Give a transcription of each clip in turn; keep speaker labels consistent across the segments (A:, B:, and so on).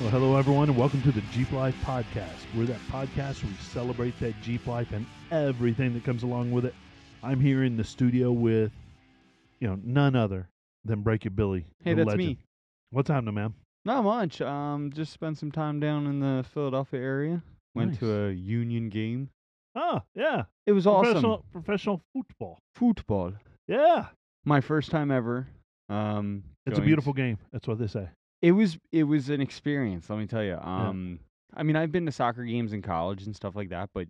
A: Well, hello, everyone, and welcome to the Jeep Life Podcast. We're that podcast where we celebrate that Jeep life and everything that comes along with it. I'm here in the studio with, you know, none other than Break Your Billy.
B: Hey,
A: the
B: that's
A: legend.
B: me.
A: What's happening, man?
B: Not much. Um, just spent some time down in the Philadelphia area. Went
A: Nice.
B: to a Union game.
A: Oh, yeah.
B: It was Ah, awesome.
A: Professional, professional football.
B: Football.
A: Yeah.
B: My first time ever. Um,
A: It's
B: going
A: a beautiful game. That's what they say.
B: It was. It was an experience. Let me tell you. Um, I mean, I've been to soccer games in college and stuff like that, but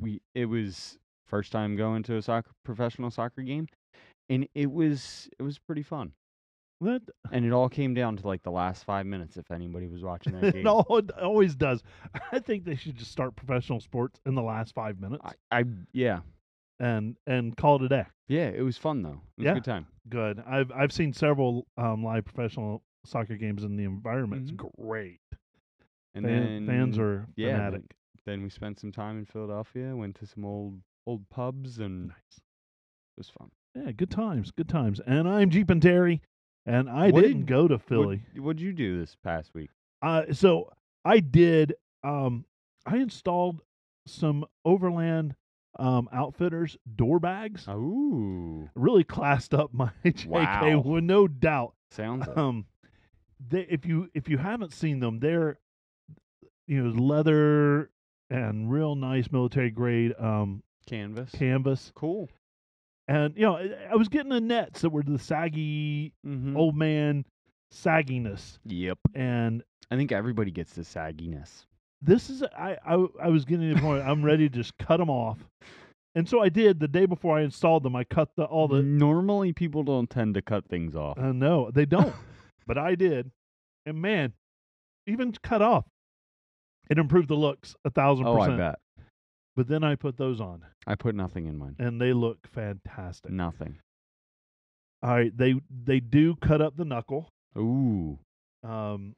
B: we. It was first time going to a soccer professional soccer game, and it was it was pretty fun.
A: That,
B: And it all came down to like the last five minutes. If anybody was watching that game,
A: it al- it always does. I think they should just start professional sports in the last five minutes
B: I, I yeah
A: and and call it a day.
B: yeah. It was fun though. It was
A: Yeah.
B: a good time.
A: good. I've I've seen several um, live professional soccer games, and the environment's great.
B: Mm-hmm. And
A: Fan-
B: then
A: fans are
B: yeah, then-
A: fanatic.
B: Then we spent some time in Philadelphia, went to some old old pubs, and it
A: Nice.
B: was fun.
A: Yeah, good times, good times. And I'm Jeep and Terry, and I
B: What
A: didn't
B: did-
A: go to Philly.
B: What, what'd you do this past week?
A: Uh, so I did. Um, I installed some Overland um, Outfitters door bags.
B: Uh Ooh,
A: Really classed up my JK,
B: Wow.
A: well, no doubt.
B: sounds it.
A: um they if you if you haven't seen them they're you know leather and real nice military grade um
B: canvas.
A: canvas
B: cool.
A: and you know I- i was getting the nets that were the saggy
B: Mm-hmm.
A: old man sagginess
B: yep.
A: and
B: I think everybody gets the sagginess.
A: this is i i, I was getting to the point i'm ready to just cut them off and so i did the day before i installed them i cut the all the
B: Normally, people don't tend to cut things off. Oh,
A: Uh, no, they don't. but I did, and man, even cut off, it improved the looks a thousand
B: oh, I
A: percent.
B: bet.
A: But then I put those on,
B: I put nothing in mine.
A: and they look fantastic.
B: Nothing.
A: All right, they they do cut up the knuckle.
B: Ooh.
A: Um,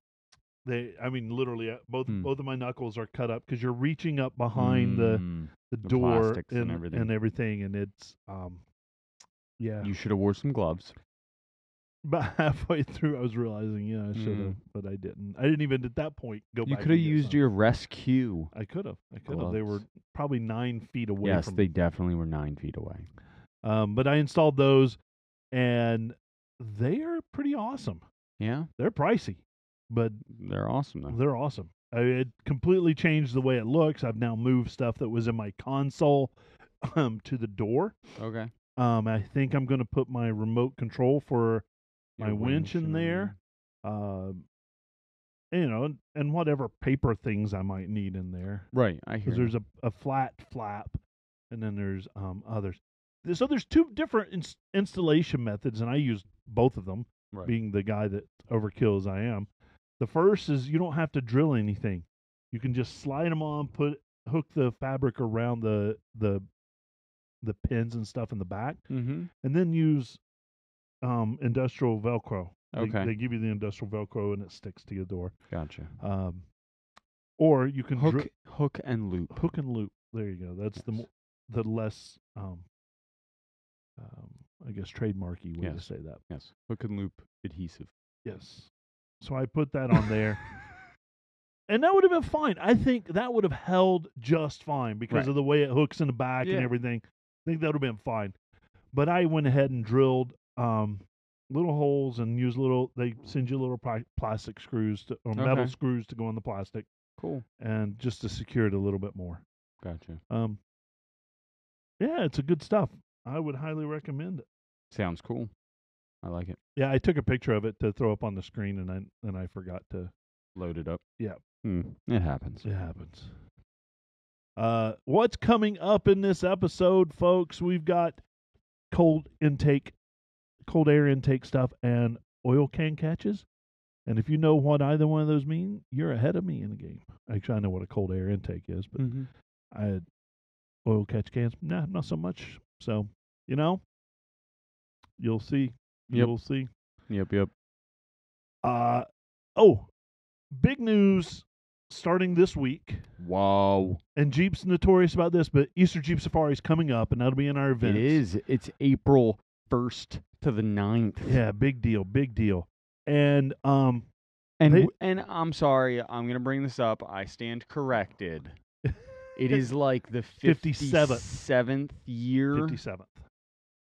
A: they, I mean, literally, uh, both
B: Hmm.
A: both of my knuckles are cut up because you're reaching up behind the
B: Mm.
A: the
B: the
A: door
B: plastics and everything.
A: and everything, and it's um, yeah.
B: You should have wore some gloves.
A: About halfway through, I was realizing, yeah, I should have,
B: Mm.
A: but I didn't. I didn't even at that point go.
B: You
A: back
B: could have
A: and get
B: used
A: some.
B: your rescue.
A: I could have. I could have. They were
B: Gloves.
A: probably nine feet away
B: yes,
A: from
B: they definitely were nine feet away.
A: Um, but I installed those, and they are pretty awesome.
B: Yeah,
A: They're pricey, but
B: they're awesome though.
A: they're awesome. I, it completely changed the way it looks. I've now moved stuff that was in my console um, to the door.
B: Okay.
A: Um, I think I'm going to put my remote control for, My
B: Your
A: winch in
B: and
A: there. um, you know, and, and whatever paper things I might need in there.
B: all- Right, I hear.
A: because there's a, a flat flap and then there's um, others. Th- So there's two different ins- installation methods, and I used both of them,
B: right.
A: being the guy that overkills I am. The first is you don't have to drill anything; you can just slide them on, put hook the fabric around the the the pins and stuff in the back,
B: mm-hmm.
A: and then use um, industrial Velcro. They-
B: Okay.
A: they give you the industrial Velcro, and it sticks to your door.
B: Gotcha.
A: Um, or you can dri-
B: Hook, hook and loop.
A: hook and loop. There you go. That's the
B: Yes.
A: mo- the less um, um, I guess trademarky way to
B: Yes.
A: say that.
B: Yes, hook and loop adhesive.
A: Yes. So I put that on there, and that would have been fine. I think that would have held just fine because
B: Right.
A: of the way it hooks in the back
B: Yeah.
A: and everything. I think that would have been fine. But I went ahead and drilled um, little holes and used little. They send you little pla- plastic screws to, or metal
B: Okay.
A: screws to go on the plastic,
B: cool.
A: and just to secure it a little bit more.
B: Gotcha.
A: Um, yeah, it's a good stuff. I would highly recommend it.
B: Sounds cool. I like it.
A: Yeah, I took a picture of it to throw up on the screen, and I and I forgot to.
B: Load it up.
A: Yeah.
B: Mm, it happens.
A: It happens. Uh, what's coming up in this episode, folks? We've got cold intake, cold air intake stuff, and oil can catches. And if you know what either one of those mean, you're ahead of me in the game. Actually, I know what a cold air intake is, but
B: Mhm.
A: I oil catch cans. Nah, not so much. So you know, you'll see.
B: Yep.
A: You'll see.
B: Yep. Yep.
A: Uh oh, big news starting this week.
B: Wow.
A: And Jeep's notorious about this, but Easter Jeep Safari's coming up, and that'll be in our event.
B: It is. It's April first to the 9th.
A: Yeah, big deal, big deal. And um,
B: And
A: They-
B: w- and I'm sorry, I'm gonna bring this up. I stand corrected. It is like the
A: 57th.
B: 57th year.
A: fifty seventh,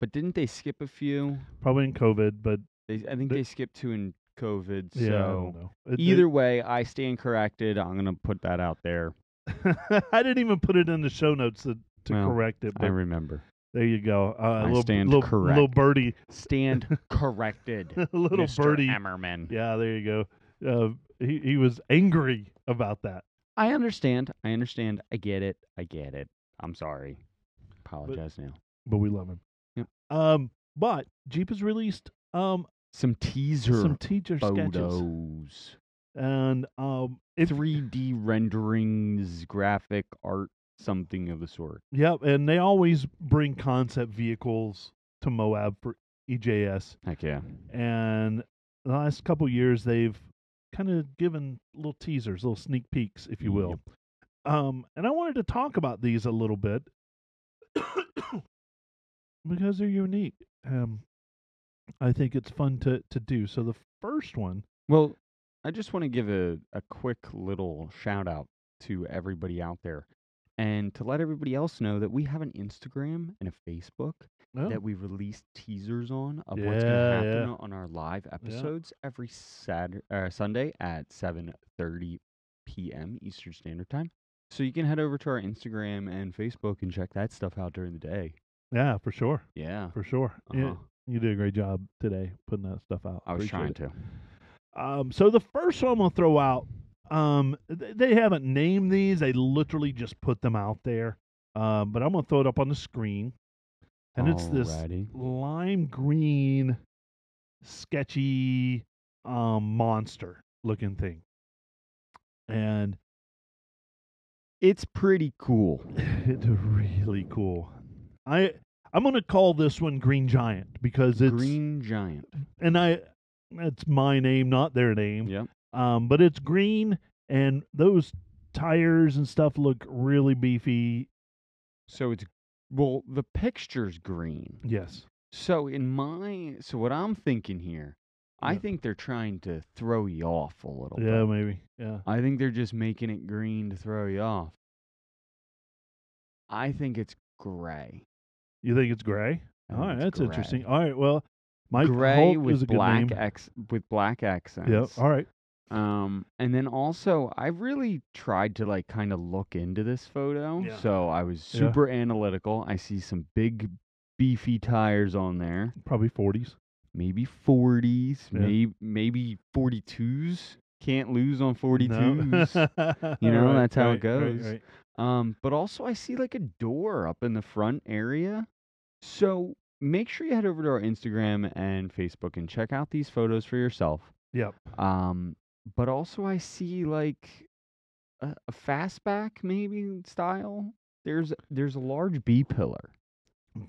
B: But didn't they skip a few?
A: probably in COVID, but
B: They, I think
A: The-
B: they skipped two in COVID.
A: yeah, I don't
B: So
A: know. It- it-
B: either way, I stand corrected. I'm gonna put that out there.
A: I didn't even put it in the show notes to, to
B: Well,
A: correct it.
B: I
A: But
B: remember.
A: there you go. Uh,
B: I
A: a little,
B: stand
A: little, little
B: correct.
A: birdie,
B: Stand corrected.
A: a little
B: Mr.
A: birdie.
B: Emmerman.
A: Yeah, there you go. Uh, he he was angry about that.
B: I understand. I understand. I get it. I get it. I'm sorry. Apologize now.
A: but we love him.
B: Yep.
A: Um, but Jeep has released um
B: Some teaser
A: some teacher sketches
B: photos,
A: and um if,
B: 3D renderings, graphic art, something of the sort.
A: yep, and they always bring concept vehicles to Moab for EJS,
B: Heck yeah.
A: and the last couple years they've kind of given little teasers, little sneak peeks, if you will. Um, and I wanted to talk about these a little bit because they're unique. Um, I think it's fun to to do. So the first one.
B: Well, I just want to give a, a quick little shout out to everybody out there and to let everybody else know that we have an Instagram and a Facebook
A: Oh.
B: that we release teasers on of what's going to
A: Yeah,
B: happen
A: yeah.
B: on our live episodes every Saturday, uh, Sunday at 7:30 p.m. Eastern Standard Time. So you can head over to our Instagram and Facebook and check that stuff out during the day.
A: Yeah, for sure.
B: Yeah,
A: For sure.
B: uh-huh.
A: Yeah, you did a great job today putting that stuff out.
B: I was
A: Appreciate
B: trying
A: it.
B: to.
A: Um, so the first one I'm gonna throw out, um, th- they haven't named these. They literally just put them out there. Um, but I'm gonna throw it up on the screen, and it's this
B: Alrighty.
A: lime green, sketchy, um, monster looking thing. And
B: It's pretty cool.
A: it's really cool. I I'm gonna call this one Green Giant because it's
B: Green giant.
A: and I that's my name, not their name.
B: Yep.
A: Um, but it's green and those tires and stuff look really beefy.
B: So it's well, the picture's green.
A: Yes.
B: So in my so what I'm thinking here, I
A: Yeah.
B: think they're trying to throw you off a little
A: Yeah,
B: bit.
A: maybe. Yeah.
B: I think they're just making it green to throw you off. I think it's gray.
A: You think it's gray?
B: I
A: All
B: think
A: right,
B: it's
A: that's
B: gray.
A: interesting. All right, well, Mike
B: gray
A: Holt is
B: with
A: a good
B: black
A: name.
B: ex with black accents.
A: Yep. All right.
B: Um, and then also, I really tried to like kind of look into this photo.
A: Yeah.
B: So I was
A: Yeah.
B: super analytical. I see some big, beefy tires on there.
A: Probably 40s.
B: Maybe 40s,
A: Yeah.
B: maybe maybe 42s. Can't lose on
A: No.
B: 42s. You know,
A: Right,
B: that's how it
A: right, right,
B: goes.
A: right.
B: um, but also, I see like a door up in the front area. So make sure you head over to our Instagram and Facebook and check out these photos for yourself.
A: Yep.
B: Um, but also I see like a, a fastback maybe style. There's there's a large B pillar,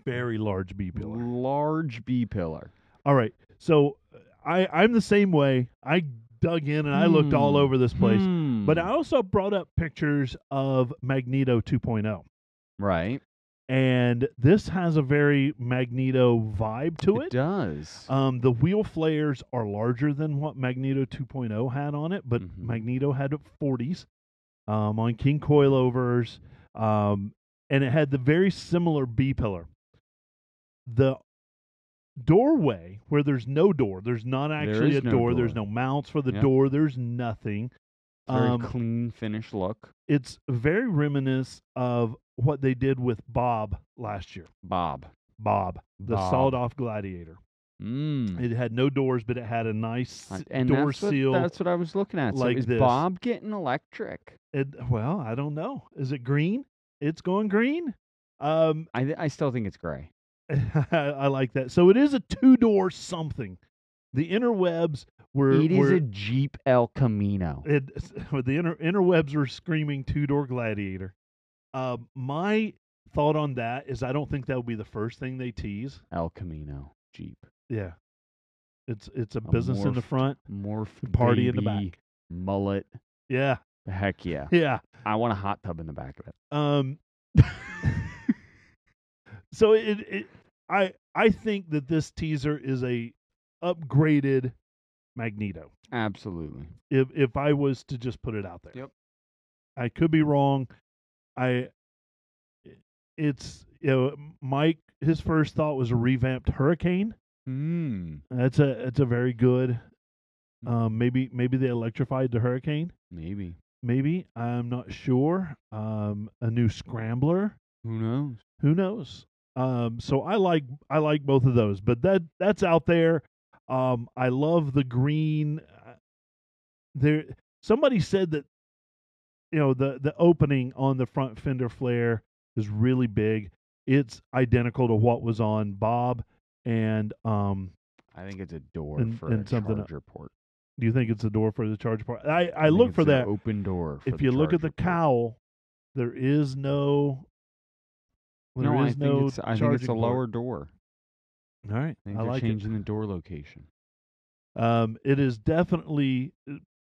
A: Very large B pillar.
B: large B pillar.
A: All right. So uh, I I'm the same way. I dug in and I looked all
B: Hmm.
A: over this place. But
B: Hmm.
A: I also brought up pictures of Magneto oh. 2.0.
B: right,
A: And this has a very Magneto vibe to it.
B: does.
A: Um, the wheel flares are larger than what Magneto 2.0 had on it, but
B: Mhm.
A: Magneto had 40s um, on King Coilovers. Um, and it had the very similar B pillar. The doorway where there's no door, there's not actually
B: is
A: a
B: no
A: door, there's
B: door.
A: no mounts for the
B: Yeah.
A: door, there's nothing.
B: Very
A: um,
B: clean finish look,
A: it's very reminiscent of what they did with Bob last year.
B: Bob.
A: Bob, the
B: Bob.
A: sawed off gladiator.
B: Mm.
A: It had no doors, but it had a nice
B: I-
A: s-
B: and
A: door
B: that's
A: seal.
B: What, that's what I was looking at. So
A: like
B: is
A: this.
B: Bob getting electric?
A: It- well, I don't know. Is it green? It's going green. Um,
B: I th- I still think it's gray.
A: I like that. So it is a two door something. The interwebs were.
B: It is
A: were-
B: a Jeep El Camino.
A: it, the inter, interwebs were screaming two door gladiator. Uh, my thought on that is I don't think that would be the first thing they tease.
B: El Camino Jeep.
A: Yeah. It's it's a business in the
B: morphed
A: front,
B: Morph
A: party in the
B: baby, Mullet.
A: Yeah,
B: Heck yeah.
A: yeah.
B: I want a hot tub in the back of it.
A: Um, so it, it, I, I think that this teaser is a upgraded Magneto.
B: Absolutely.
A: If if I was to just put it out there,
B: Yep.
A: I could be wrong. I it's you know Mike his first thought was a revamped Hurricane.
B: Mm,
A: That's a that's a very good.
B: Hmm.
A: Um, maybe maybe they electrified the Hurricane.
B: maybe.
A: Maybe I'm not sure. Um, a new Scrambler.
B: Who knows?
A: who knows um so i like i like both of those but that that's out there um i love the green uh, there somebody said that you know the the opening on the front fender flare is really big it's identical to what was on bob and um
B: I think it's a door
A: And-
B: for
A: and
B: a
A: something-
B: charger port.
A: do you think it's the door for the charge part i i,
B: think
A: look
B: it's
A: for
B: an
A: that
B: open door. For
A: if
B: the
A: you look at the
B: charger port.
A: cowl there is no there
B: no, I
A: is
B: think
A: no
B: it's I think it's
A: charging
B: a
A: port.
B: lower door.
A: all right
B: I think
A: i
B: they're
A: like it
B: changing the door location.
A: Um, it is definitely uh,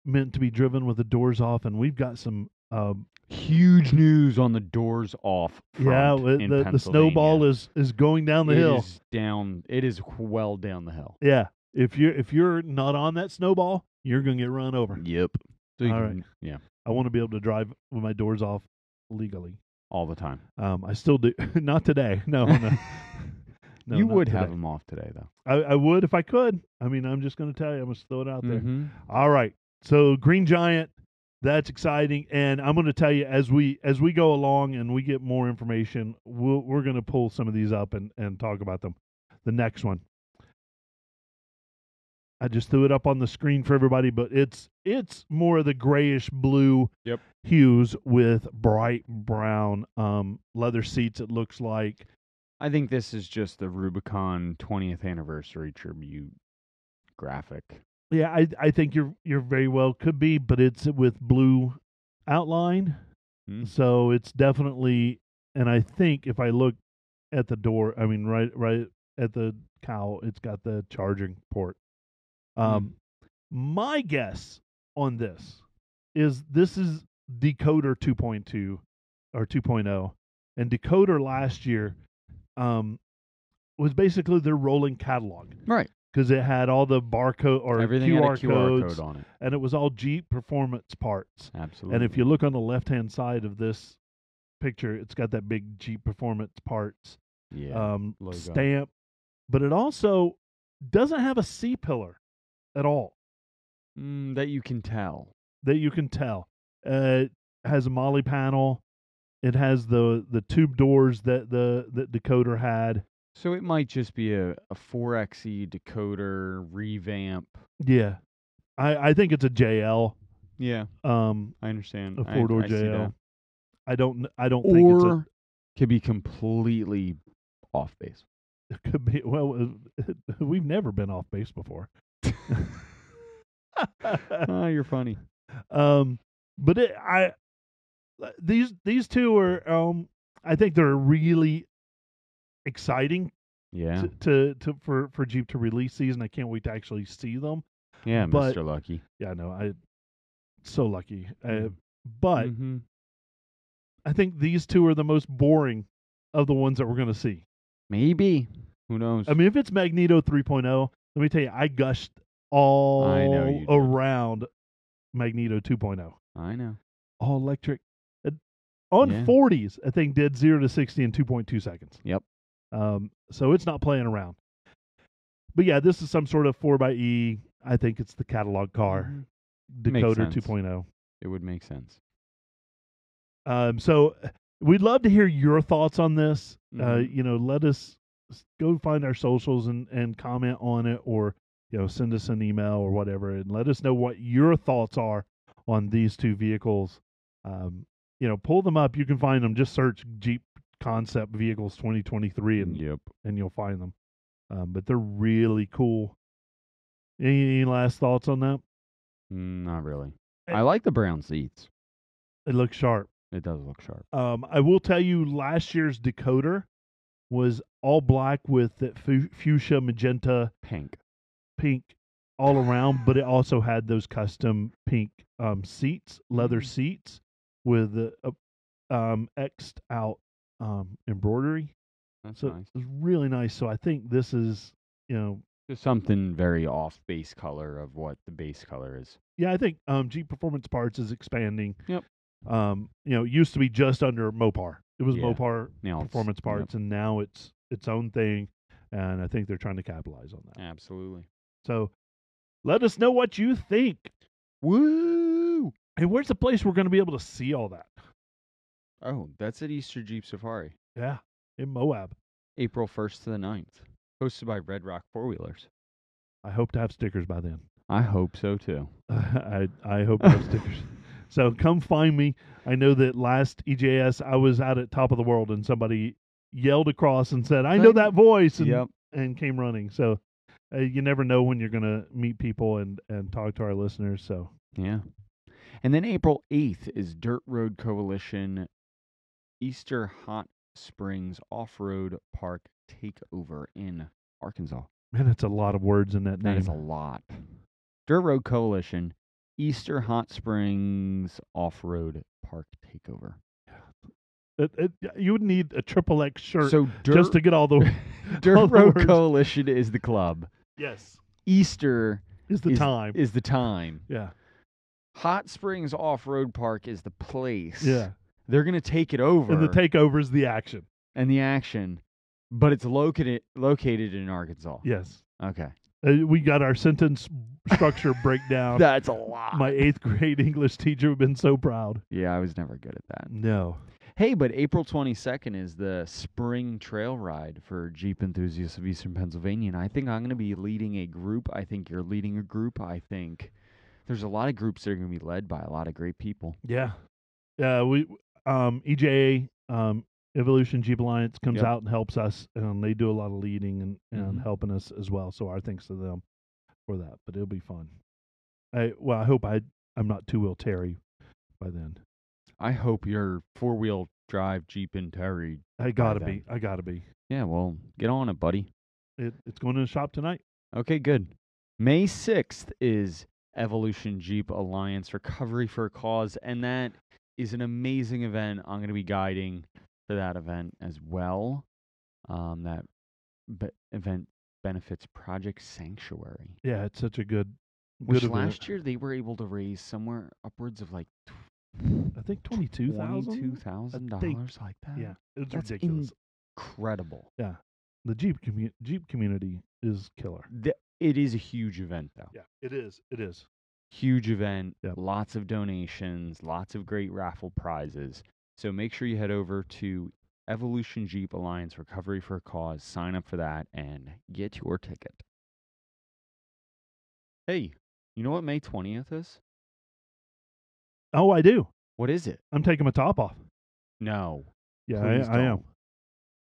A: meant to be driven with the doors off, and we've got some. Um,
B: Huge news on the doors off.
A: yeah,
B: front
A: wi-
B: in
A: the, the snowball
B: Pennsylvania.
A: is is going down the
B: It
A: hill.
B: is down. It is well down the hill.
A: Yeah, if you're if you're not on that snowball, you're gonna get run over.
B: Yep. So you
A: All right.
B: can, Yeah,
A: I want to be able to drive with my doors off legally.
B: all the time.
A: Um, I still do. not today. No, no. no
B: you
A: not
B: would
A: today.
B: have them off today though.
A: I, I would if I could. I mean, I'm just gonna tell you. I'm gonna throw it out there.
B: Mhm.
A: All right. So Green Giant, that's exciting, and I'm going to tell you as we as we go along and we get more information, we'll, we're going to pull some of these up and and talk about them. The next one, I just threw it up on the screen for everybody, but it's it's more of the grayish blue
B: Yep.
A: hues with bright brown um, leather seats. It looks like
B: I think this is just the Rubicon 20th anniversary tribute graphic.
A: yeah, I I think you're you're very well could be, but it's with blue outline.
B: Hmm.
A: So it's definitely, and I think if I look at the door, I mean, right, right at the cowl, it's got the charging port. Um, my guess on this is this is decoder 2.2 or 2.0, and decoder last year, um, was basically their rolling catalog
B: Right.
A: because it had all the barcode or
B: Everything
A: QR,
B: had a QR
A: codes,
B: code on it.
A: and it was all Jeep performance parts.
B: Absolutely.
A: And if you look on the left hand side of this picture, it's got that big Jeep performance parts
B: yeah.
A: um,
B: logo.
A: stamp, but it also doesn't have a C pillar at all
B: Mm, that you can tell.
A: that you can tell. Uh, it has a Molly panel. It has the the tube doors that the that decoder had.
B: So it might just be a, a 4XE decoder revamp.
A: Yeah, I I think it's a JL.
B: Yeah,
A: Um,
B: I understand.
A: a
B: I-
A: four door
B: I see that.
A: JL. I don't kn- I don't think it's a,
B: Or could be completely off base.
A: It could be. Well, uh, we've never been off base before.
B: oh, you're funny.
A: um, but it, I uh, these these two are um I think they're really exciting
B: Yeah.
A: to, to to for for Jeep to release these, and I can't wait to actually see them.
B: Yeah,
A: but-
B: Mr. Lucky.
A: Yeah, I know. I so lucky. Uh,
B: Mm.
A: but
B: mm-hmm.
A: I think these two are the most boring of the ones that we're going to see.
B: Maybe. Who knows?
A: I mean, if it's Magneto 3.0, let me tell you, I gushed all
B: you did.
A: around Magneto 2.0.
B: I know.
A: All electric. Uh, On
B: Yeah.
A: 40s, I think did 0 to 60 in 2.2 seconds.
B: Yep.
A: Um, so it's not playing around. But yeah, this is some sort of 4xE. I think it's the catalog car,
B: Mhm. Makes
A: Decoder oh.
B: sense.
A: 2.0.
B: It would make sense.
A: Um, so uh, we'd love to hear your thoughts on this. Uh,
B: Mhm.
A: you know, let us s- go find our socials and, and comment on it or, you know, send us an email or whatever and let us know what your thoughts are on these two vehicles. Um, you know, pull them up. You can find them. Just search Jeep Concept Vehicles 2023 and,
B: Yep.
A: and you'll find them. Um, but they're really cool. Any, any last thoughts on that?
B: Mm, Not really.
A: I-
B: I like the brown seats.
A: It looks sharp.
B: It does look sharp.
A: Um, I will tell you, last year's Decoder was all black with that fu- fuchsia, magenta,
B: Pink.
A: pink all around, but it also had those custom pink um, seats, leather
B: Mhm.
A: seats with the uh, um, X'd out um, embroidery.
B: That's
A: So
B: nice.
A: it was really nice. So I think this is, you know,
B: There's something very off base color of what the base color is.
A: Yeah, I think um, Jeep Performance Parts is expanding.
B: Yep.
A: Um, you know, it used to be just under Mopar. It was
B: Yeah.
A: Mopar
B: Now it's-
A: Performance
B: yep,
A: Parts, and now it's its own thing. And I think they're trying to capitalize on that.
B: Absolutely.
A: So let us know what you think.
B: Woo!
A: And where's the place we're going to be able to see all that?
B: Oh, that's at Easter Jeep Safari,
A: Yeah, in Moab.
B: April 1st to the 9th, hosted by Red Rock Four Wheelers.
A: I hope to have stickers by then.
B: I hope so too.
A: I I hope I have stickers. So come find me. I know that last EJS I was out at Top of the World and somebody yelled across and said, "I know
B: Thank-
A: that voice," and,
B: Yep.
A: and came running. So uh, you never know when you're gonna meet people and and talk to our listeners. So
B: Yeah. And then April 8th is Dirt Road Coalition Easter Hot Springs Off Road Park Takeover in Arkansas.
A: man, that's a lot of words in that
B: That
A: name.
B: is a lot. Dirt Road Coalition Easter Hot Springs Off Road Park Takeover.
A: It- it- you would need a triple X shirt
B: so Dirt,
A: just to get all the all
B: Dirt
A: the
B: Road
A: words.
B: Coalition is the club.
A: yes
B: Easter
A: is the
B: Is-
A: time.
B: is the time.
A: yeah,
B: Hot Springs Off Road Park is the place.
A: yeah.
B: They're going to take it over.
A: And the takeover is the action.
B: and the action, but it's located located in Arkansas.
A: Yes,
B: Okay.
A: uh, we got our sentence structure breakdown.
B: That's a lot.
A: my eighth grade English teacher would have been so proud.
B: yeah, I was never good at that.
A: No.
B: Hey, but April 22nd is the spring trail ride for Jeep enthusiasts of Eastern Pennsylvania, and I think I'm going to be leading a group. I think you're leading a group. I think there's a lot of groups that are going to be led by a lot of great people.
A: Yeah. Yeah. We um EJA um Evolution Jeep Alliance comes
B: Yep.
A: out and helps us, and they do a lot of leading and, and
B: Mhm.
A: helping us as well. So our thanks to them for that. But it'll be fun. I well, I hope I I'm not two wheel Terry by then.
B: I hope your four wheel drive Jeep and Terry.
A: I gotta
B: then.
A: be. I gotta be.
B: Yeah, well, get on it, buddy.
A: It, it's going to the shop tonight.
B: Okay, good. May 6th is Evolution Jeep Alliance Recovery for a Cause, and that is an amazing event. I'm going to be guiding for that event as well. Um, that be- event benefits Project Sanctuary,
A: Yeah, it's such a good.
B: which
A: good event.
B: last year they were able to raise somewhere upwards of like
A: I think twenty two
B: twenty-two
A: thousand.
B: thousand
A: think.
B: dollars, like that.
A: Yeah, it's
B: That's
A: ridiculous.
B: incredible.
A: the Jeep commu- Jeep community is killer.
B: Th- it is a huge event, though.
A: Yeah, it is. It is.
B: huge event,
A: Yep.
B: lots of donations, lots of great raffle prizes. So make sure you head over to Evolution Jeep Alliance Recovery for a Cause, sign up for that, and get your ticket. Hey, you know what May 20th is?
A: Oh, I do.
B: What is it?
A: I'm taking my top off.
B: No.
A: Yeah,
B: Please
A: I, I am.
B: don't.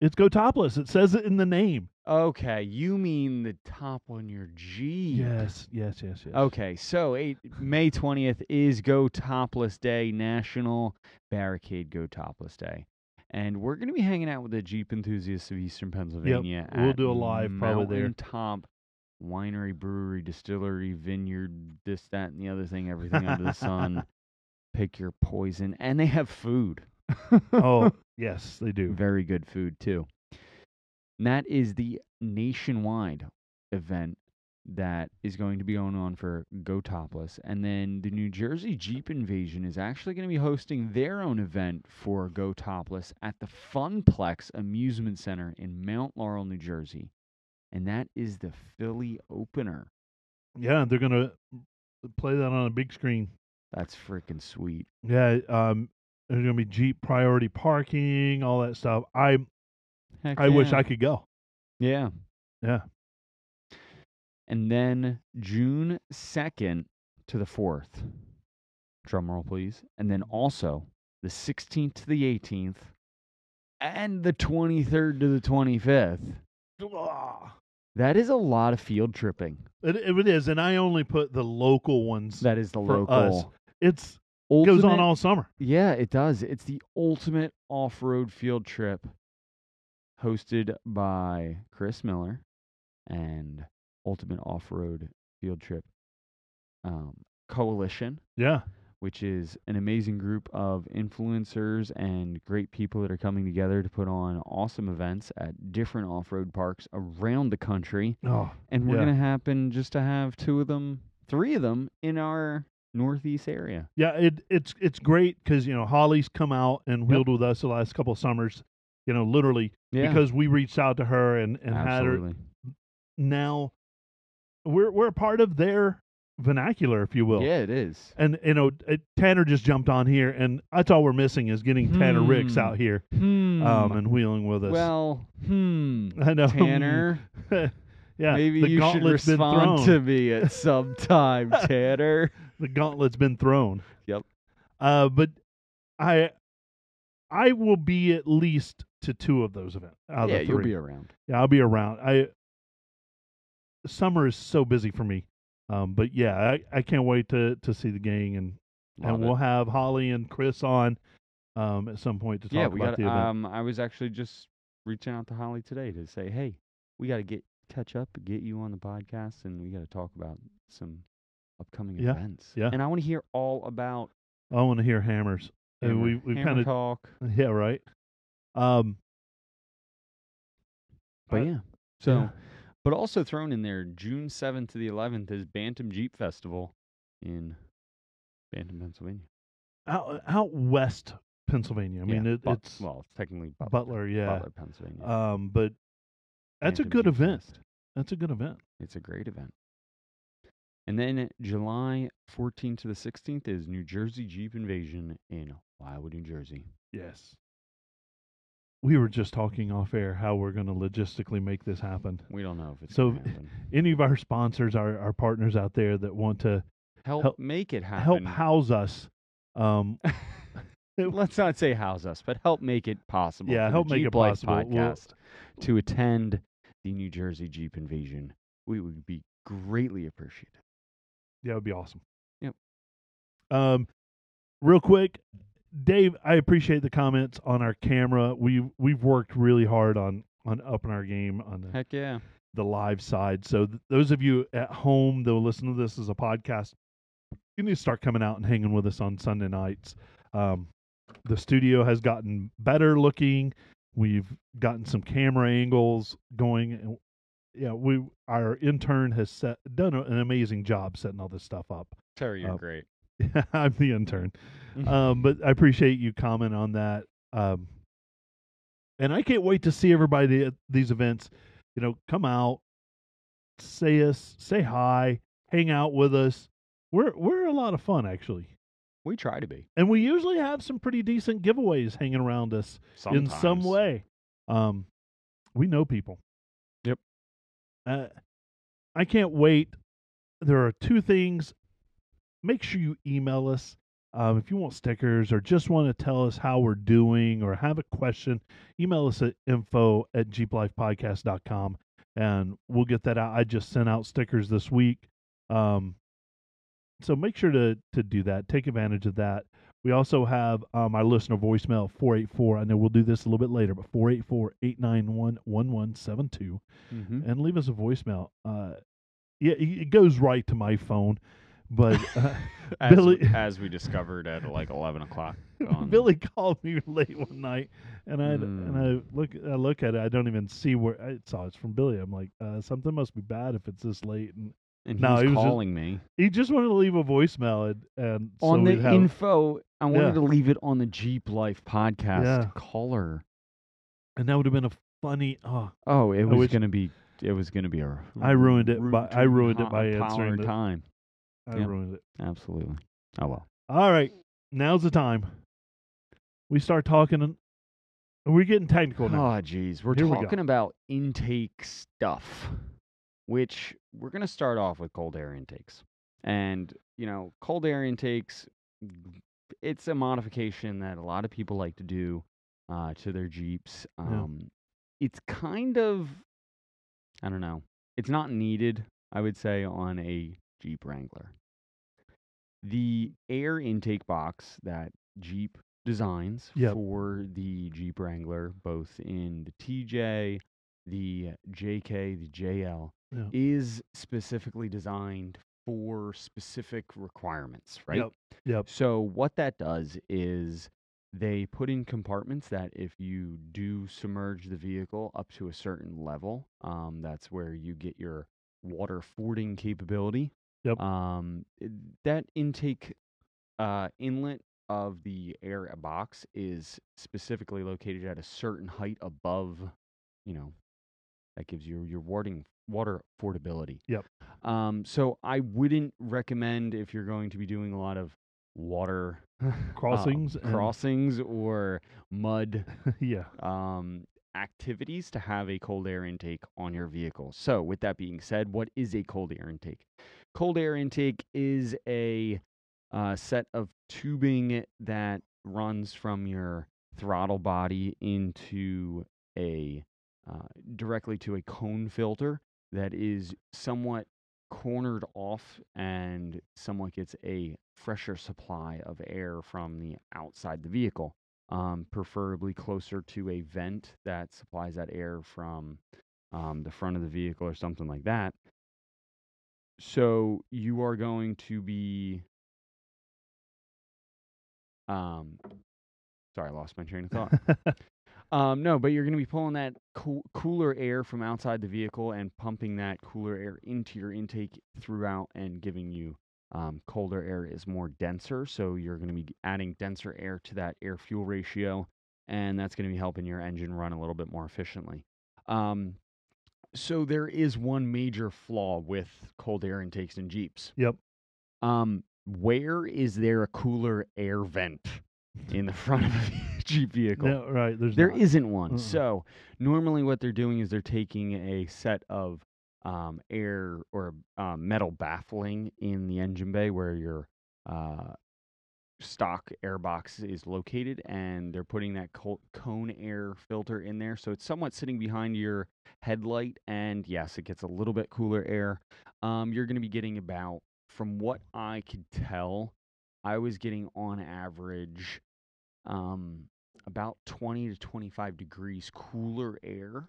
A: It's go topless. It says it in the name.
B: Okay, you mean the top on your Jeep.
A: Yes, yes, yes, yes.
B: Okay, so eight, May 20th is Go Topless Day, National Barricade Go Topless Day. And we're going to be hanging out with the Jeep enthusiasts of Eastern Pennsylvania.
A: we'll
B: at
A: do a live probably there.
B: Mountain Top Winery, Brewery, Distillery, Vineyard, this, that, and the other thing, everything under the sun. Pick your poison. And they have food.
A: oh, yes, they do.
B: Very good food, too. And that is the nationwide event that is going to be going on for Go Topless. And then the New Jersey Jeep Invasion is actually going to be hosting their own event for Go Topless at the Funplex Amusement Center in Mount Laurel, New Jersey. And that is the Philly opener.
A: Yeah, they're gonna play that on a big screen.
B: That's freaking sweet.
A: Yeah, um, there's gonna be Jeep priority parking, all that stuff. I
B: Heck
A: I wish
B: yeah.
A: I could go.
B: Yeah.
A: Yeah.
B: And then June 2nd to the 4th. Drum roll, please. And then also the 16th to the 18th and the 23rd to the 25th. That is a lot of field tripping.
A: It, it is, and I only put the local ones.
B: That is the
A: For
B: local.
A: us, It's goes on
B: ultimate-
A: all summer.
B: Yeah, it does. It's the ultimate off road field trip hosted by Chris Miller and Ultimate Off Road Field Trip um, Coalition.
A: Yeah,
B: which is an amazing group of influencers and great people that are coming together to put on awesome events at different off road parks around the country.
A: Oh,
B: And we're
A: Yeah.
B: going to happen just to have two of them, three of them in our Northeast area.
A: Yeah, it, it's it's great because you know Holly's come out and wheeled with us the last couple of summers. You know, literally
B: Yeah.
A: because we reached out to her and and had her.
B: absolutely.
A: Now, we're we're a part of their vernacular, if you will.
B: yeah, it is.
A: And you know, uh, Tanner just jumped on here, and that's all we're missing is getting Tanner Ricks
B: Hmm.
A: out here
B: Hmm.
A: um, and wheeling with us.
B: well, hmm.
A: I know
B: Tanner,
A: yeah,
B: maybe
A: the
B: you should
A: gauntlet's been
B: respond
A: thrown.
B: to me at some time, Tanner.
A: the gauntlet's been thrown.
B: Yep.
A: Uh, but I, I will be at least to two of those events. Out of
B: yeah,
A: the
B: you'll
A: three.
B: be around.
A: Yeah, I'll be around. I summer is so busy for me, um, but yeah, I, I can't wait to to see the gang and
B: Love
A: and
B: it.
A: we'll have Holly and Chris on um, at some point to talk
B: yeah, we
A: about
B: got.
A: the event.
B: Um, I was actually just reaching out to Holly today to say, hey, we got to get catch up, get you on the podcast, and we got to talk about some upcoming
A: Yeah,
B: events.
A: yeah.
B: and I want to hear all about.
A: I want to hear hammers. And
B: Hammer-
A: we we've
B: Hammer
A: kind of
B: talk,
A: yeah right. Um,
B: but
A: uh,
B: yeah. So, but also thrown in there, June seventh to the eleventh is Bantam Jeep Festival in Bantam, Pennsylvania.
A: out out west Pennsylvania. I mean,
B: Yeah,
A: it,
B: But-
A: it's
B: well, it's technically Butler,
A: Butler, yeah.
B: Butler, Pennsylvania.
A: Um, but that's a
B: Bantam
A: good
B: Jeep
A: event.
B: Fest.
A: That's a good event.
B: It's a great event. And then July 14th to the 16th is New Jersey Jeep Invasion in Wildwood, New Jersey.
A: Yes. We were just talking off air how we're going to logistically make this happen.
B: We don't know if it's
A: So,
B: going to happen.
A: Any of our sponsors, our, our partners out there that want to
B: Help,
A: help-
B: make it
A: help
B: happen.
A: house us, um,
B: Let's not say house us, but help make it possible.
A: Yeah,
B: for the
A: help make
B: Jeep
A: it
B: Life
A: possible. We'll-
B: Podcast to attend the New Jersey Jeep Invasion. We would be greatly appreciated.
A: that would be awesome.
B: Yep.
A: Um, real quick, Dave, I appreciate the comments on our camera. We we've worked really hard on on upping our game on the,
B: Heck yeah.
A: the live side. So th- those of you at home that will listen to this as a podcast, you need to start coming out and hanging with us on Sunday nights. Um, the studio has gotten better looking. We've gotten some camera angles going. and- Yeah, we our intern has set, done a- an amazing job setting all this stuff up.
B: Terry,
A: you're
B: you're
A: Uh,
B: great.
A: I'm the intern, um, but I appreciate you comment on that. Um, and I can't wait to see everybody at these events. You know, come out, say us, say hi, hang out with us. We're we're a lot of fun actually,
B: we try to be.
A: and we usually have some pretty decent giveaways hanging around us in some
B: Sometimes.
A: way. Um, we know people.
B: Yep.
A: Uh, I can't wait. There are two things. Make sure you email us um, if you want stickers or just want to tell us how we're doing or have a question. Email us at info at jeeplifepodcast.com and we'll get that out. I just sent out stickers this week. Um, so make sure to to do that. Take advantage of that. We also have um, our listener voicemail 484. I know we'll do this a little bit later, but 484 891 1172
B: Mhm.
A: and leave us a voicemail. Uh, yeah, it it goes right to my phone, but uh,
B: As,
A: Billy-
B: we, as we discovered at like 11 o'clock. on-
A: Billy called me late one night, and I and
B: Mm.
A: I look I look at it. I don't even see where I saw it's from Billy. I'm like, uh, something must be bad if it's this late. And
B: And
A: No,
B: he
A: he
B: was
A: was just-
B: calling me
A: he just wanted to leave a voicemail, and, and so
B: on the
A: we'd have-
B: info. I wanted
A: Yeah.
B: to leave it on the Jeep Life podcast
A: Yeah.
B: caller.
A: and that would have been a funny. Oh,
B: Oh, it
A: I
B: was
A: wish-
B: gonna be. It was gonna be a. r-
A: I ruined it
B: rude
A: by- I
B: to
A: ruined it
B: ho-
A: by
B: power
A: answering the-
B: time.
A: I
B: Yeah.
A: ruined it.
B: Absolutely. Oh well.
A: All right, now's the time. We start talking, and we're getting technical now.
B: Oh geez, we're
A: Here we go.
B: talking about intake stuff, which we're gonna start off with cold air intakes, and you know, cold air intakes. It's a modification that a lot of people like to do uh, to their Jeeps. Um, It's kind of, I don't know, it's not needed, I would say, on a Jeep Wrangler. The air intake box that Jeep designs
A: Yep.
B: for the Jeep Wrangler, both in the TJ, the JK, the JL,
A: Yeah.
B: is specifically designed for specific requirements, right?
A: Yep.
B: So what that does is they put in compartments that if you do submerge the vehicle up to a certain level, um, that's where you get your water fording capability.
A: Yep.
B: Um, i- that intake uh, inlet of the air box is specifically located at a certain height above, you know, that gives you your warding water affordability.
A: Yep.
B: Um, so I wouldn't recommend if you're going to be doing a lot of water uh,
A: Crossings and-
B: crossings or mud
A: yeah.
B: um, activities to have a cold air intake on your vehicle. So, with that being said, what is a cold air intake? Cold air intake is a uh, set of tubing that runs from your throttle body into a uh, directly to a cone filter that is somewhat cornered off and somewhat gets a fresher supply of air from the outside the vehicle um, preferably closer to a vent that supplies that air from um, the front of the vehicle or something like that. So you are going to be. Um, sorry, I lost my train of thought. Um, no, but you're going to be pulling that cool, cooler air from outside the vehicle and pumping that cooler air into your intake throughout and giving you um, colder air is more denser. So you're going to be adding denser air to that air fuel ratio, and that's going to be helping your engine run a little bit more efficiently. Um, so there is one major flaw with cold air intakes in Jeeps.
A: Yep.
B: Um, where is there a cooler air vent in the front of a Jeep vehicle?
A: No, right. There's
B: There
A: not.
B: isn't one.
A: Mm-mm.
B: So normally, what they're doing is they're taking a set of um, air or uh, metal baffling in the engine bay where your uh, stock air box is located, and they're putting that col- cone air filter in there. So it's somewhat sitting behind your headlight, and yes, it gets a little bit cooler air. Um, you're going to be getting about, from what I could tell, I was getting on average. Um, about 20 to 25 degrees cooler air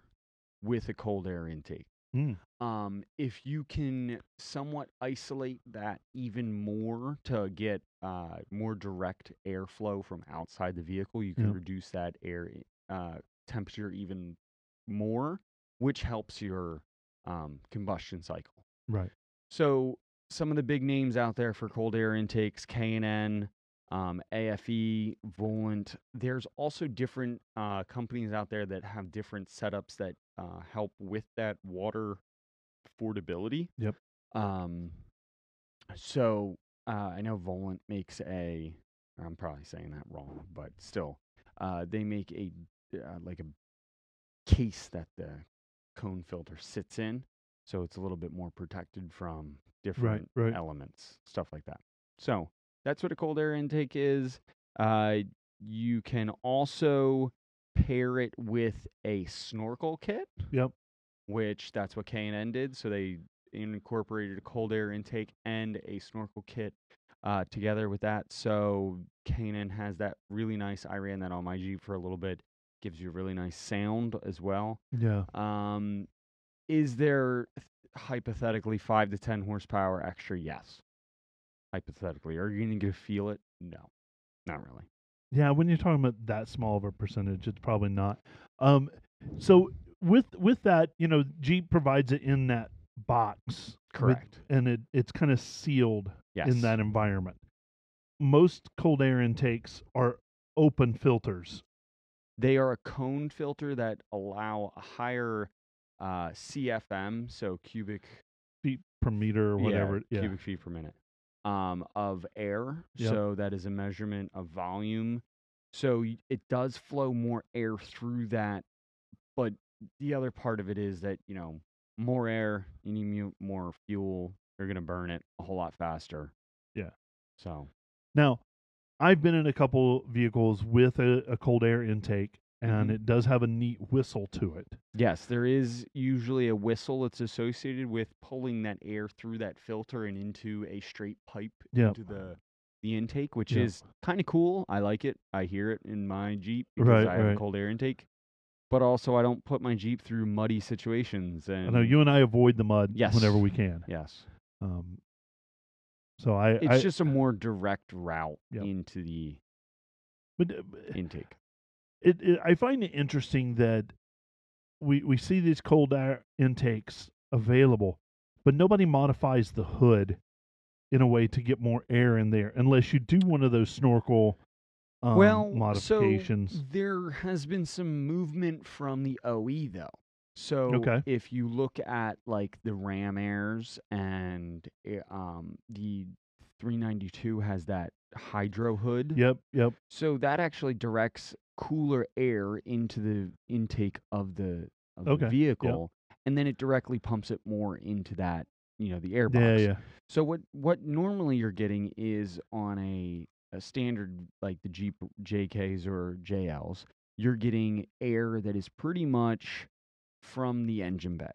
B: with a cold air intake.
A: Mm.
B: Um, if you can somewhat isolate that even more to get uh, more direct airflow from outside the vehicle, you can
A: Yep.
B: reduce that air i- uh, temperature even more, which helps your um, combustion cycle.
A: Right.
B: So some of the big names out there for cold air intakes, K&N, um, AFE, Volant. There's also different uh, companies out there that have different setups that uh, help with that water affordability.
A: Yep.
B: Um, so uh, I know Volant makes a. I'm probably saying that wrong, but still, uh, they make a uh, like a case that the cone filter sits in, so it's a little bit more protected from different
A: right.
B: elements, stuff like that. So that's what a cold air intake is. Uh, you can also pair it with a snorkel kit
A: Yep.
B: which that's what K&N did. So they incorporated a cold air intake and a snorkel kit uh, together with that. So K&N has that really nice. I ran that on my Jeep for a little bit. Gives you a really nice sound as well.
A: Yeah.
B: Um, is there th- hypothetically five to ten horsepower extra? Yes. Hypothetically, are you going to feel it? No, not really.
A: Yeah, when you're talking about that small of a percentage, it's probably not. Um, so with with that, you know, Jeep provides it in that box, with-
B: Correct.
A: and it it's kind of sealed
B: Yes.
A: in that environment. Most cold air intakes are open filters.
B: They are a cone filter that allow a higher uh, CFM, so cubic
A: feet per meter or
B: yeah,
A: whatever. Yeah.
B: cubic feet per minute um, of air.
A: Yep.
B: So that is a measurement of volume. So y- it does flow more air through that, but the other part of it is that you know more air, you need mu- more fuel. You're gonna burn it a whole lot faster.
A: Yeah.
B: So
A: Now, I've been in a couple vehicles with a, a cold air intake, and
B: Mhm.
A: it does have a neat whistle to it.
B: Yes, there is usually a whistle that's associated with pulling that air through that filter and into a straight pipe
A: Yeah.
B: into the the intake, which
A: Yeah.
B: is kind of cool. I like it. I hear it in my Jeep because
A: Right,
B: I have
A: right.
B: a cold air intake. But also, I don't put my Jeep through muddy situations.
A: I
B: And
A: know you and I avoid the mud
B: Yes.
A: whenever we can.
B: Yes.
A: Um, So I,
B: It's
A: I
B: just a more direct route
A: Yep.
B: into the
A: but uh,
B: intake.
A: it, it I find it interesting that we we see these cold air intakes available, but nobody modifies the hood in a way to get more air in there unless you do one of those snorkel um,
B: well,
A: modifications.
B: So there has been some movement from the OE though. So
A: Okay.
B: if you look at like the Ram Airs and eh, um, the 392 has that hydro hood.
A: Yep, yep.
B: So that actually directs cooler air into the intake of the, of
A: Okay,
B: the
A: yep.
B: vehicle, and then it directly pumps it more into that, you know, the airbox.
A: Yeah, yeah.
B: So what what normally you're getting is on a a standard like the Jeep JKs or JLs, you're getting air that is pretty much from the engine bay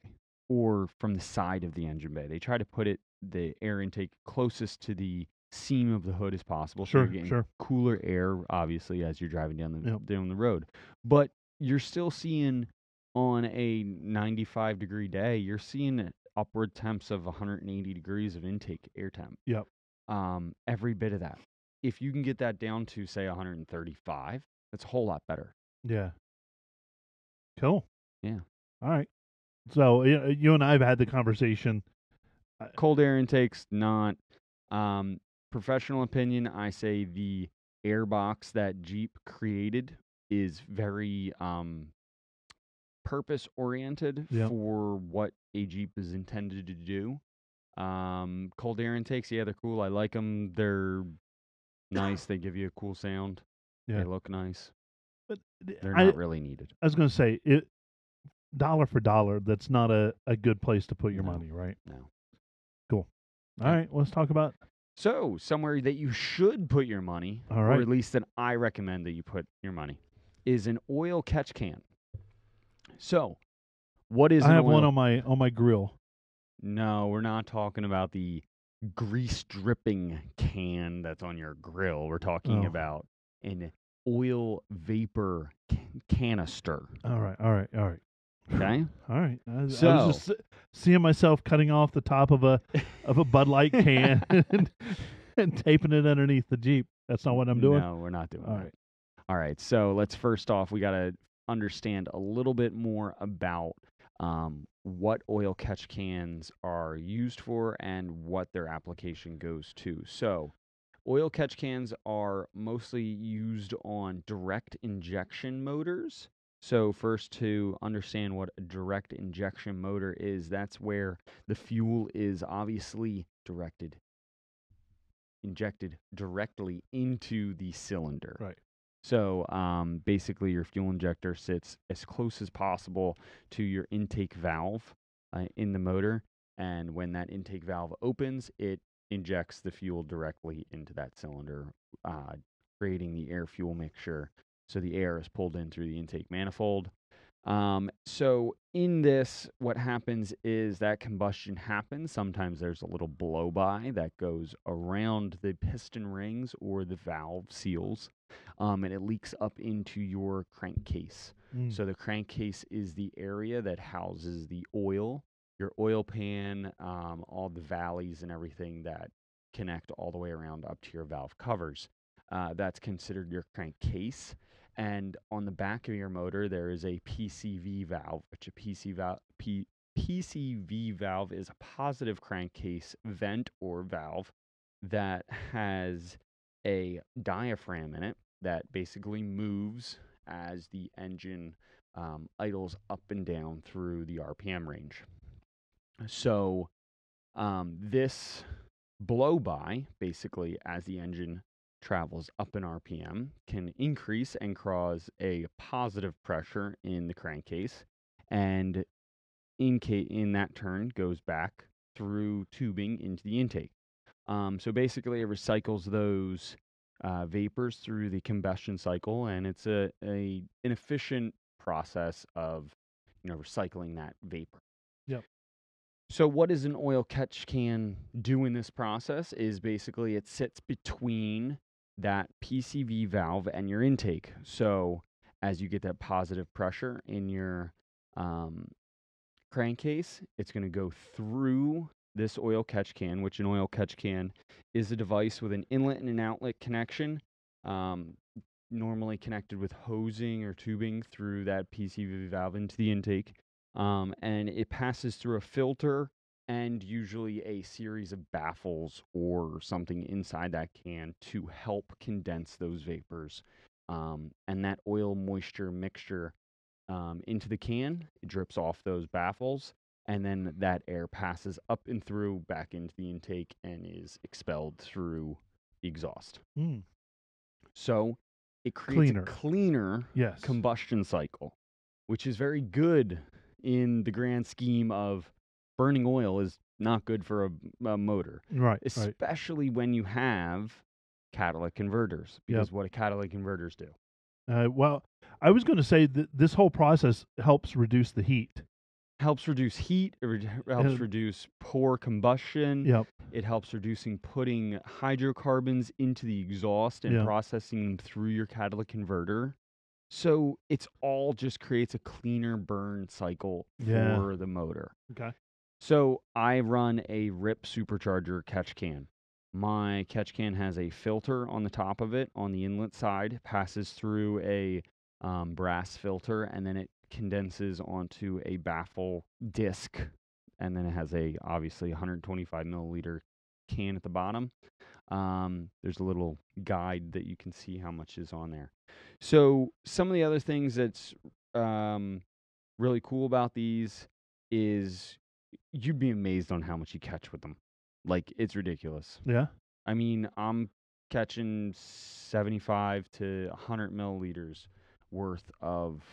B: or from the side of the engine bay. They try to put it the air intake closest to the seam of the hood as possible. so
A: Sure,
B: you're getting
A: sure.
B: cooler air, obviously, as you're driving down the
A: Yep.
B: down the road. But you're still seeing on a 95 degree day, you're seeing upward temps of 180 degrees of intake air temp.
A: Yep.
B: Um, every bit of that. If you can get that down to say 135, that's a whole lot better.
A: Yeah. Cool.
B: Yeah.
A: All right. So y- uh, you and I have had the conversation.
B: Cold air intakes, not. Um, professional opinion, I say the air box that Jeep created is very um, purpose oriented
A: Yeah.
B: for what a Jeep is intended to do. Um, cold air intakes, yeah, they're cool. I like them. They're nice. they give you a cool sound.
A: Yeah.
B: They look nice.
A: But
B: They're
A: I,
B: not really needed.
A: I was going to say it dollar for dollar. That's not a, a good place to put your
B: No.
A: money, right?
B: No.
A: All right. Let's talk about
B: So, somewhere that you should put your money,
A: All
B: or
A: right.
B: at least that I recommend that you put your money, is an oil catch can. So, what is
A: I
B: an
A: have one
B: oil-
A: on my on my grill.
B: No, we're not talking about the grease dripping can that's on your grill. We're talking
A: Oh.
B: about an oil vapor can- canister.
A: All right. All right. All right.
B: Okay?
A: All right. I, was- I
B: So-
A: was just s- seeing myself cutting off the top of a of a Bud Light can and, and taping it underneath the Jeep. That's not what I'm doing.
B: No, we're not doing
A: All
B: that.
A: right.
B: All right. So let's first off, we got to understand a little bit more about um, what oil catch cans are used for and what their application goes to. So, oil catch cans are mostly used on direct injection motors. So, first to understand what a direct injection motor is, that's where the fuel is obviously directed injected directly into the cylinder.
A: Right.
B: So um, basically, your fuel injector sits as close as possible to your intake valve uh, in the motor. And when that intake valve opens, it injects the fuel directly into that cylinder, uh, creating the air fuel mixture. So the air is pulled in through the intake manifold. Um, so in this, what happens is that combustion happens. Sometimes there's a little blow by that goes around the piston rings or the valve seals, um, and it leaks up into your crankcase.
A: Mm.
B: So the crankcase is the area that houses the oil, your oil pan, um, all the valleys and everything that connect all the way around up to your valve covers. Uh, that's considered your crankcase. And on the back of your motor, there is a PCV valve, which a PC val- P- PCV valve is a positive crankcase vent or valve that has a diaphragm in it that basically moves as the engine um, idles up and down through the RPM range. So, um, this blow by basically as the engine travels up in RPM can increase and cause a positive pressure in the crankcase and in, ca- in that turn goes back through tubing into the intake. Um, so basically, it recycles those uh, vapors through the combustion cycle, and it's a, a an efficient process of you know recycling that vapor.
A: Yep.
B: So what does an oil catch can do in this process? Is basically it sits between that PCV valve and your intake. So as you get that positive pressure in your um, crankcase, it's going to go through this oil catch can, which an oil catch can is a device with an inlet and an outlet connection, um, normally connected with hosing or tubing through that PCV valve into the intake. Um, and it passes through a filter and usually a series of baffles or something inside that can to help condense those vapors. Um, and that oil moisture mixture um, into the can it drips off those baffles, and then that air passes up and through back into the intake and is expelled through the exhaust.
A: Mm,
B: So it creates
A: Cleaner.
B: a cleaner
A: yes.
B: combustion cycle, which is very good in the grand scheme of burning oil is not good for a, a motor,
A: right. Right.
B: especially when you have catalytic converters,
A: Yep.
B: because what do catalytic converters do?
A: Uh, well, I was going to say that this whole process helps reduce the heat.
B: Helps reduce heat, it re- helps
A: And-
B: reduce poor combustion,
A: Yep.
B: it helps reducing putting hydrocarbons into the exhaust and
A: Yeah.
B: processing them through your catalytic converter. So it's all just creates a cleaner burn cycle
A: Yeah.
B: for the motor.
A: Okay.
B: So I run a RIP supercharger catch can. My catch can has a filter on the top of it on the inlet side, passes through a um, brass filter, and then it condenses onto a baffle disc. And then it has a obviously 125 milliliter can at the bottom. Um, there's a little guide that you can see how much is on there. So some of the other things that's um, really cool about these is you'd be amazed on how much you catch with them. Like it's ridiculous.
A: Yeah.
B: I mean, I'm catching 75 to 100 milliliters worth of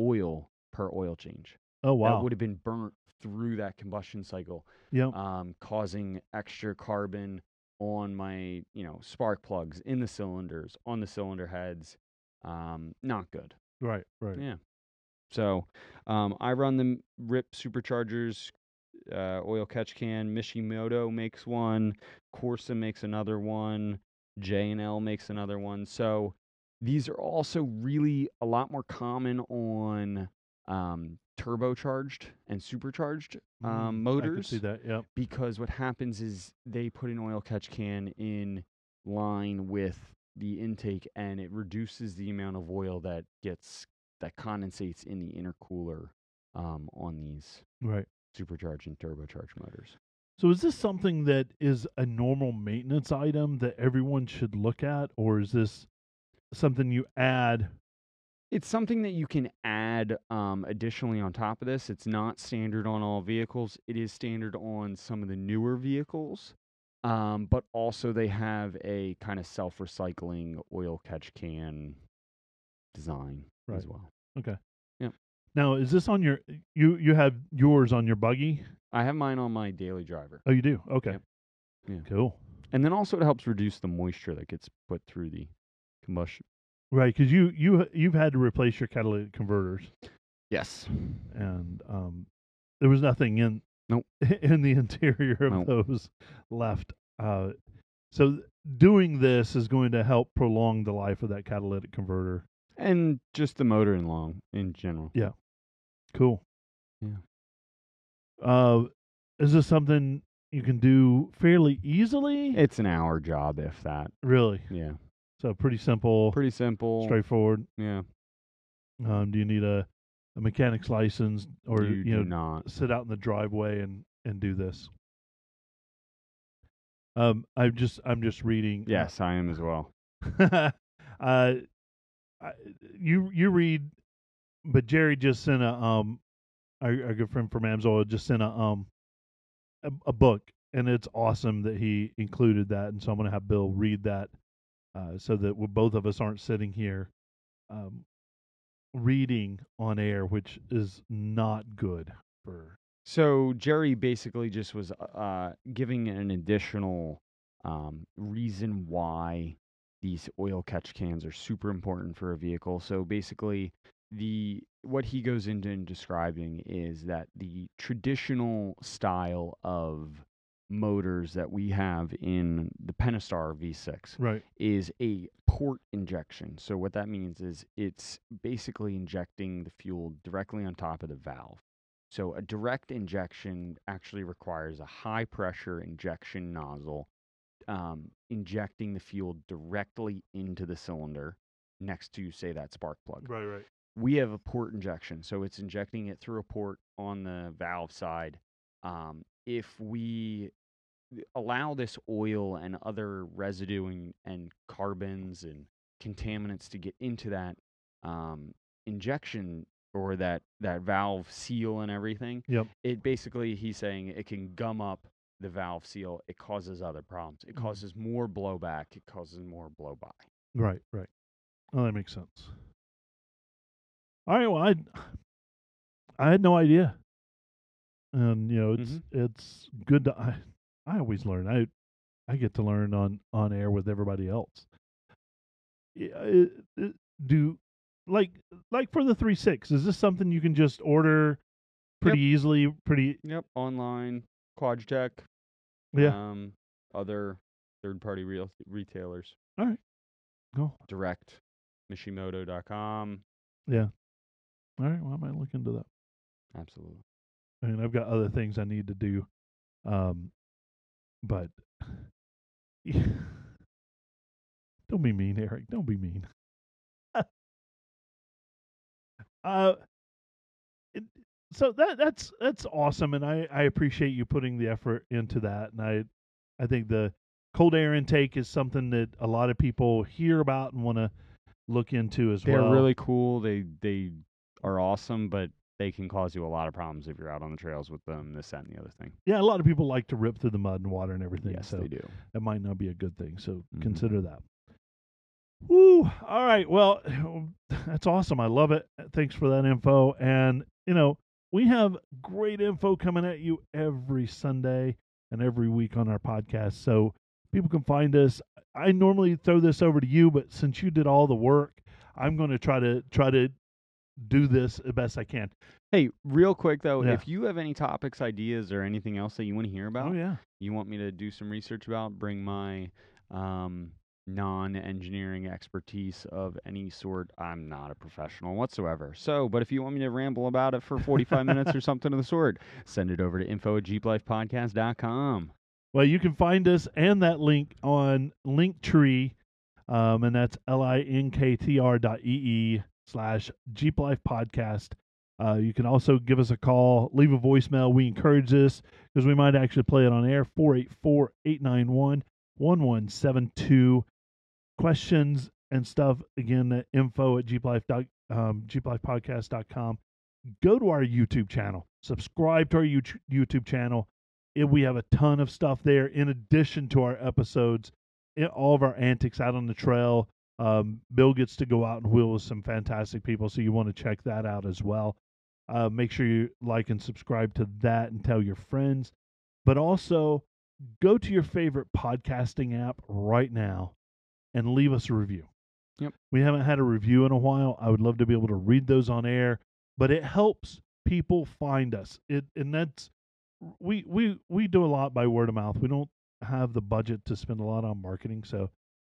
B: oil per oil change.
A: Oh
B: That
A: wow. Oh.
B: would have been burnt through that combustion cycle,
A: Yep.
B: um, causing extra carbon on my, you know, spark plugs in the cylinders, on the cylinder heads. Um, not good.
A: right. Right.
B: Yeah. So um, I run the RIP Superchargers uh, oil catch can. Mishimoto makes one. Corsa makes another one. J and L makes another one. So these are also really a lot more common on um, turbocharged and supercharged
A: Mm,
B: um,
A: I can
B: motors
A: see that. Yep.
B: because what happens is they put an oil catch can in line with the intake and it reduces the amount of oil that gets that condensates in the intercooler um, on these
A: Right.
B: supercharged and turbocharged motors.
A: So is this something that is a normal maintenance item that everyone should look at, or is this something you add?
B: It's something that you can add um, additionally on top of this. It's not standard on all vehicles. It is standard on some of the newer vehicles, um, but also they have a kind of self-recycling oil catch can design as
A: Right.
B: well.
A: Now, is this on your you you have yours on your buggy?
B: I have mine on my daily driver,
A: Oh, you do. Okay.
B: Yep. Yeah.
A: Cool.
B: and then also it helps reduce the moisture that gets put through the combustion.
A: Right, because you you you've had to replace your catalytic converters,
B: Yes.
A: and um, there was nothing in
B: Nope.
A: in the interior of
B: Nope.
A: those left. Uh, so th- doing this is going to help prolong the life of that catalytic converter.
B: And just the motor and long in general.
A: Cool.
B: Yeah.
A: Uh, is this something you can do fairly easily?
B: It's an hour job, if that.
A: really.
B: Yeah.
A: So pretty simple,
B: Pretty simple.
A: straightforward.
B: Yeah.
A: Um, do you need a, a mechanic's license, or
B: you,
A: you,
B: do
A: know,
B: not.
A: sit out in the driveway and and do this? Um, I'm just I'm just reading. uh,
B: Yes, I am as well.
A: uh, I, you you read, but Jerry just sent a um, our, our good friend from Amsoil just sent a um, a, a book, and it's awesome that he included that, and so I'm gonna have Bill read that, uh, so that we, both of us aren't sitting here, um, reading on air, which is not good for.
B: So Jerry basically just was uh, giving an additional um, reason why these oil catch cans are super important for a vehicle. So basically, the what he goes into in describing is that the traditional style of motors that we have in the Pentastar V6
A: Right.
B: is a port injection. So what that means is it's basically injecting the fuel directly on top of the valve. So a direct injection actually requires a high pressure injection nozzle um, injecting the fuel directly into the cylinder next to, say, that spark plug.
A: Right, right.
B: We have a port injection, so it's injecting it through a port on the valve side. Um, if we allow this oil and other residue and, and carbons and contaminants to get into that um, injection or that that valve seal and everything
A: Yep.
B: it basically he's saying it can gum up the valve seal it causes other problems it
A: Mhm.
B: causes more blowback it causes more blowby
A: Right, right. Well, that makes sense. All right. Well, I I had no idea, and you know, it's it's good to I I always learn. I I get to learn on on air with everybody else. Yeah, it- it- do like like for the three six. Is this something you can just order pretty easily? Pretty
B: yep online quadtech
A: yeah.
B: um other third party real retailers
A: Go.
B: direct mishimoto.com
A: All right. Well, I might look into that.
B: absolutely
A: I mean, I've got other things I need to do, um, but don't be mean, Eric. Don't be mean. uh, it, so that that's that's awesome, and I I appreciate you putting the effort into that, and I I think the cold air intake is something that a lot of people hear about and want to look into as
B: they're
A: well.
B: really cool they they are awesome but they can cause you a lot of problems if you're out on the trails with them this that and the other thing
A: yeah, a lot of people like to rip through the mud and water and everything.
B: yes
A: so
B: they do
A: that might not be a good thing. So
B: Mhm.
A: consider that. Woo! All right. Well, that's awesome. I love it. Thanks for that info. And you know, we have great info coming at you every Sunday and every week on our podcast. So people can find us. I normally throw this over to you, but since you did all the work, I'm going to try to try to do this the best I can.
B: Hey, real quick though,
A: Yeah.
B: if you have any topics, ideas, or anything else that you want to hear about,
A: Oh yeah.
B: you want me to do some research about, bring my um, non-engineering expertise of any sort. I'm not a professional whatsoever. So, but if you want me to ramble about it for 45 minutes or something of the sort, send it over to info at jeeplifepodcast.com.
A: Well, you can find us and that link on Linktree, um, and that's linktr dot ee slash Jeep Life Podcast. Uh, you can also give us a call, leave a voicemail. We encourage this because we might actually play it on air. 484 891 1172. Questions and stuff, again, at info at jeeplife dot- um, jeeplifepodcast.com. Go to our YouTube channel, subscribe to our YouTube YouTube channel. It, we have a ton of stuff there in addition to our episodes, i- all of our antics out on the trail. Um, Bill gets to go out and wheel with some fantastic people, so you want to check that out as well. Uh, make sure you like and subscribe to that and tell your friends. But also, go to your favorite podcasting app right now and leave us a review.
B: Yep.
A: We haven't had a review in a while. I would love to be able to read those on air, but it helps people find us. It and that's we we we do a lot by word of mouth. We don't have the budget to spend a lot on marketing, so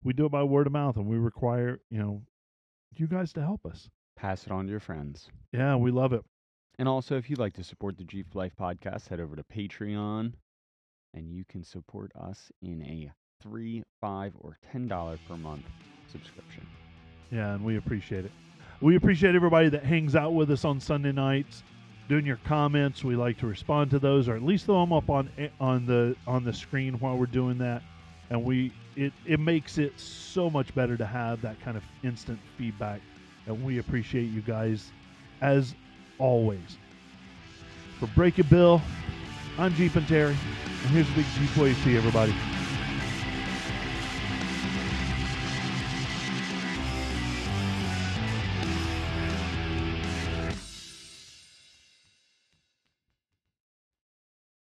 A: we do it by word of mouth, and we require you know you guys to help us.
B: Pass it on to your friends.
A: Yeah, we love it.
B: And also, if you'd like to support the Jeep Life podcast, head over to Patreon and you can support us in a three, five, or ten dollar per month subscription.
A: Yeah, and we appreciate it. We appreciate everybody that hangs out with us on Sunday nights, doing your comments. We like to respond to those, or at least throw them up on eh, on the on the screen while we're doing that. And we it it makes it so much better to have that kind of instant feedback. And we appreciate you guys as always. For Break It Bill, I'm Jeep and Terry, and here's a big Jeep wave to you, everybody.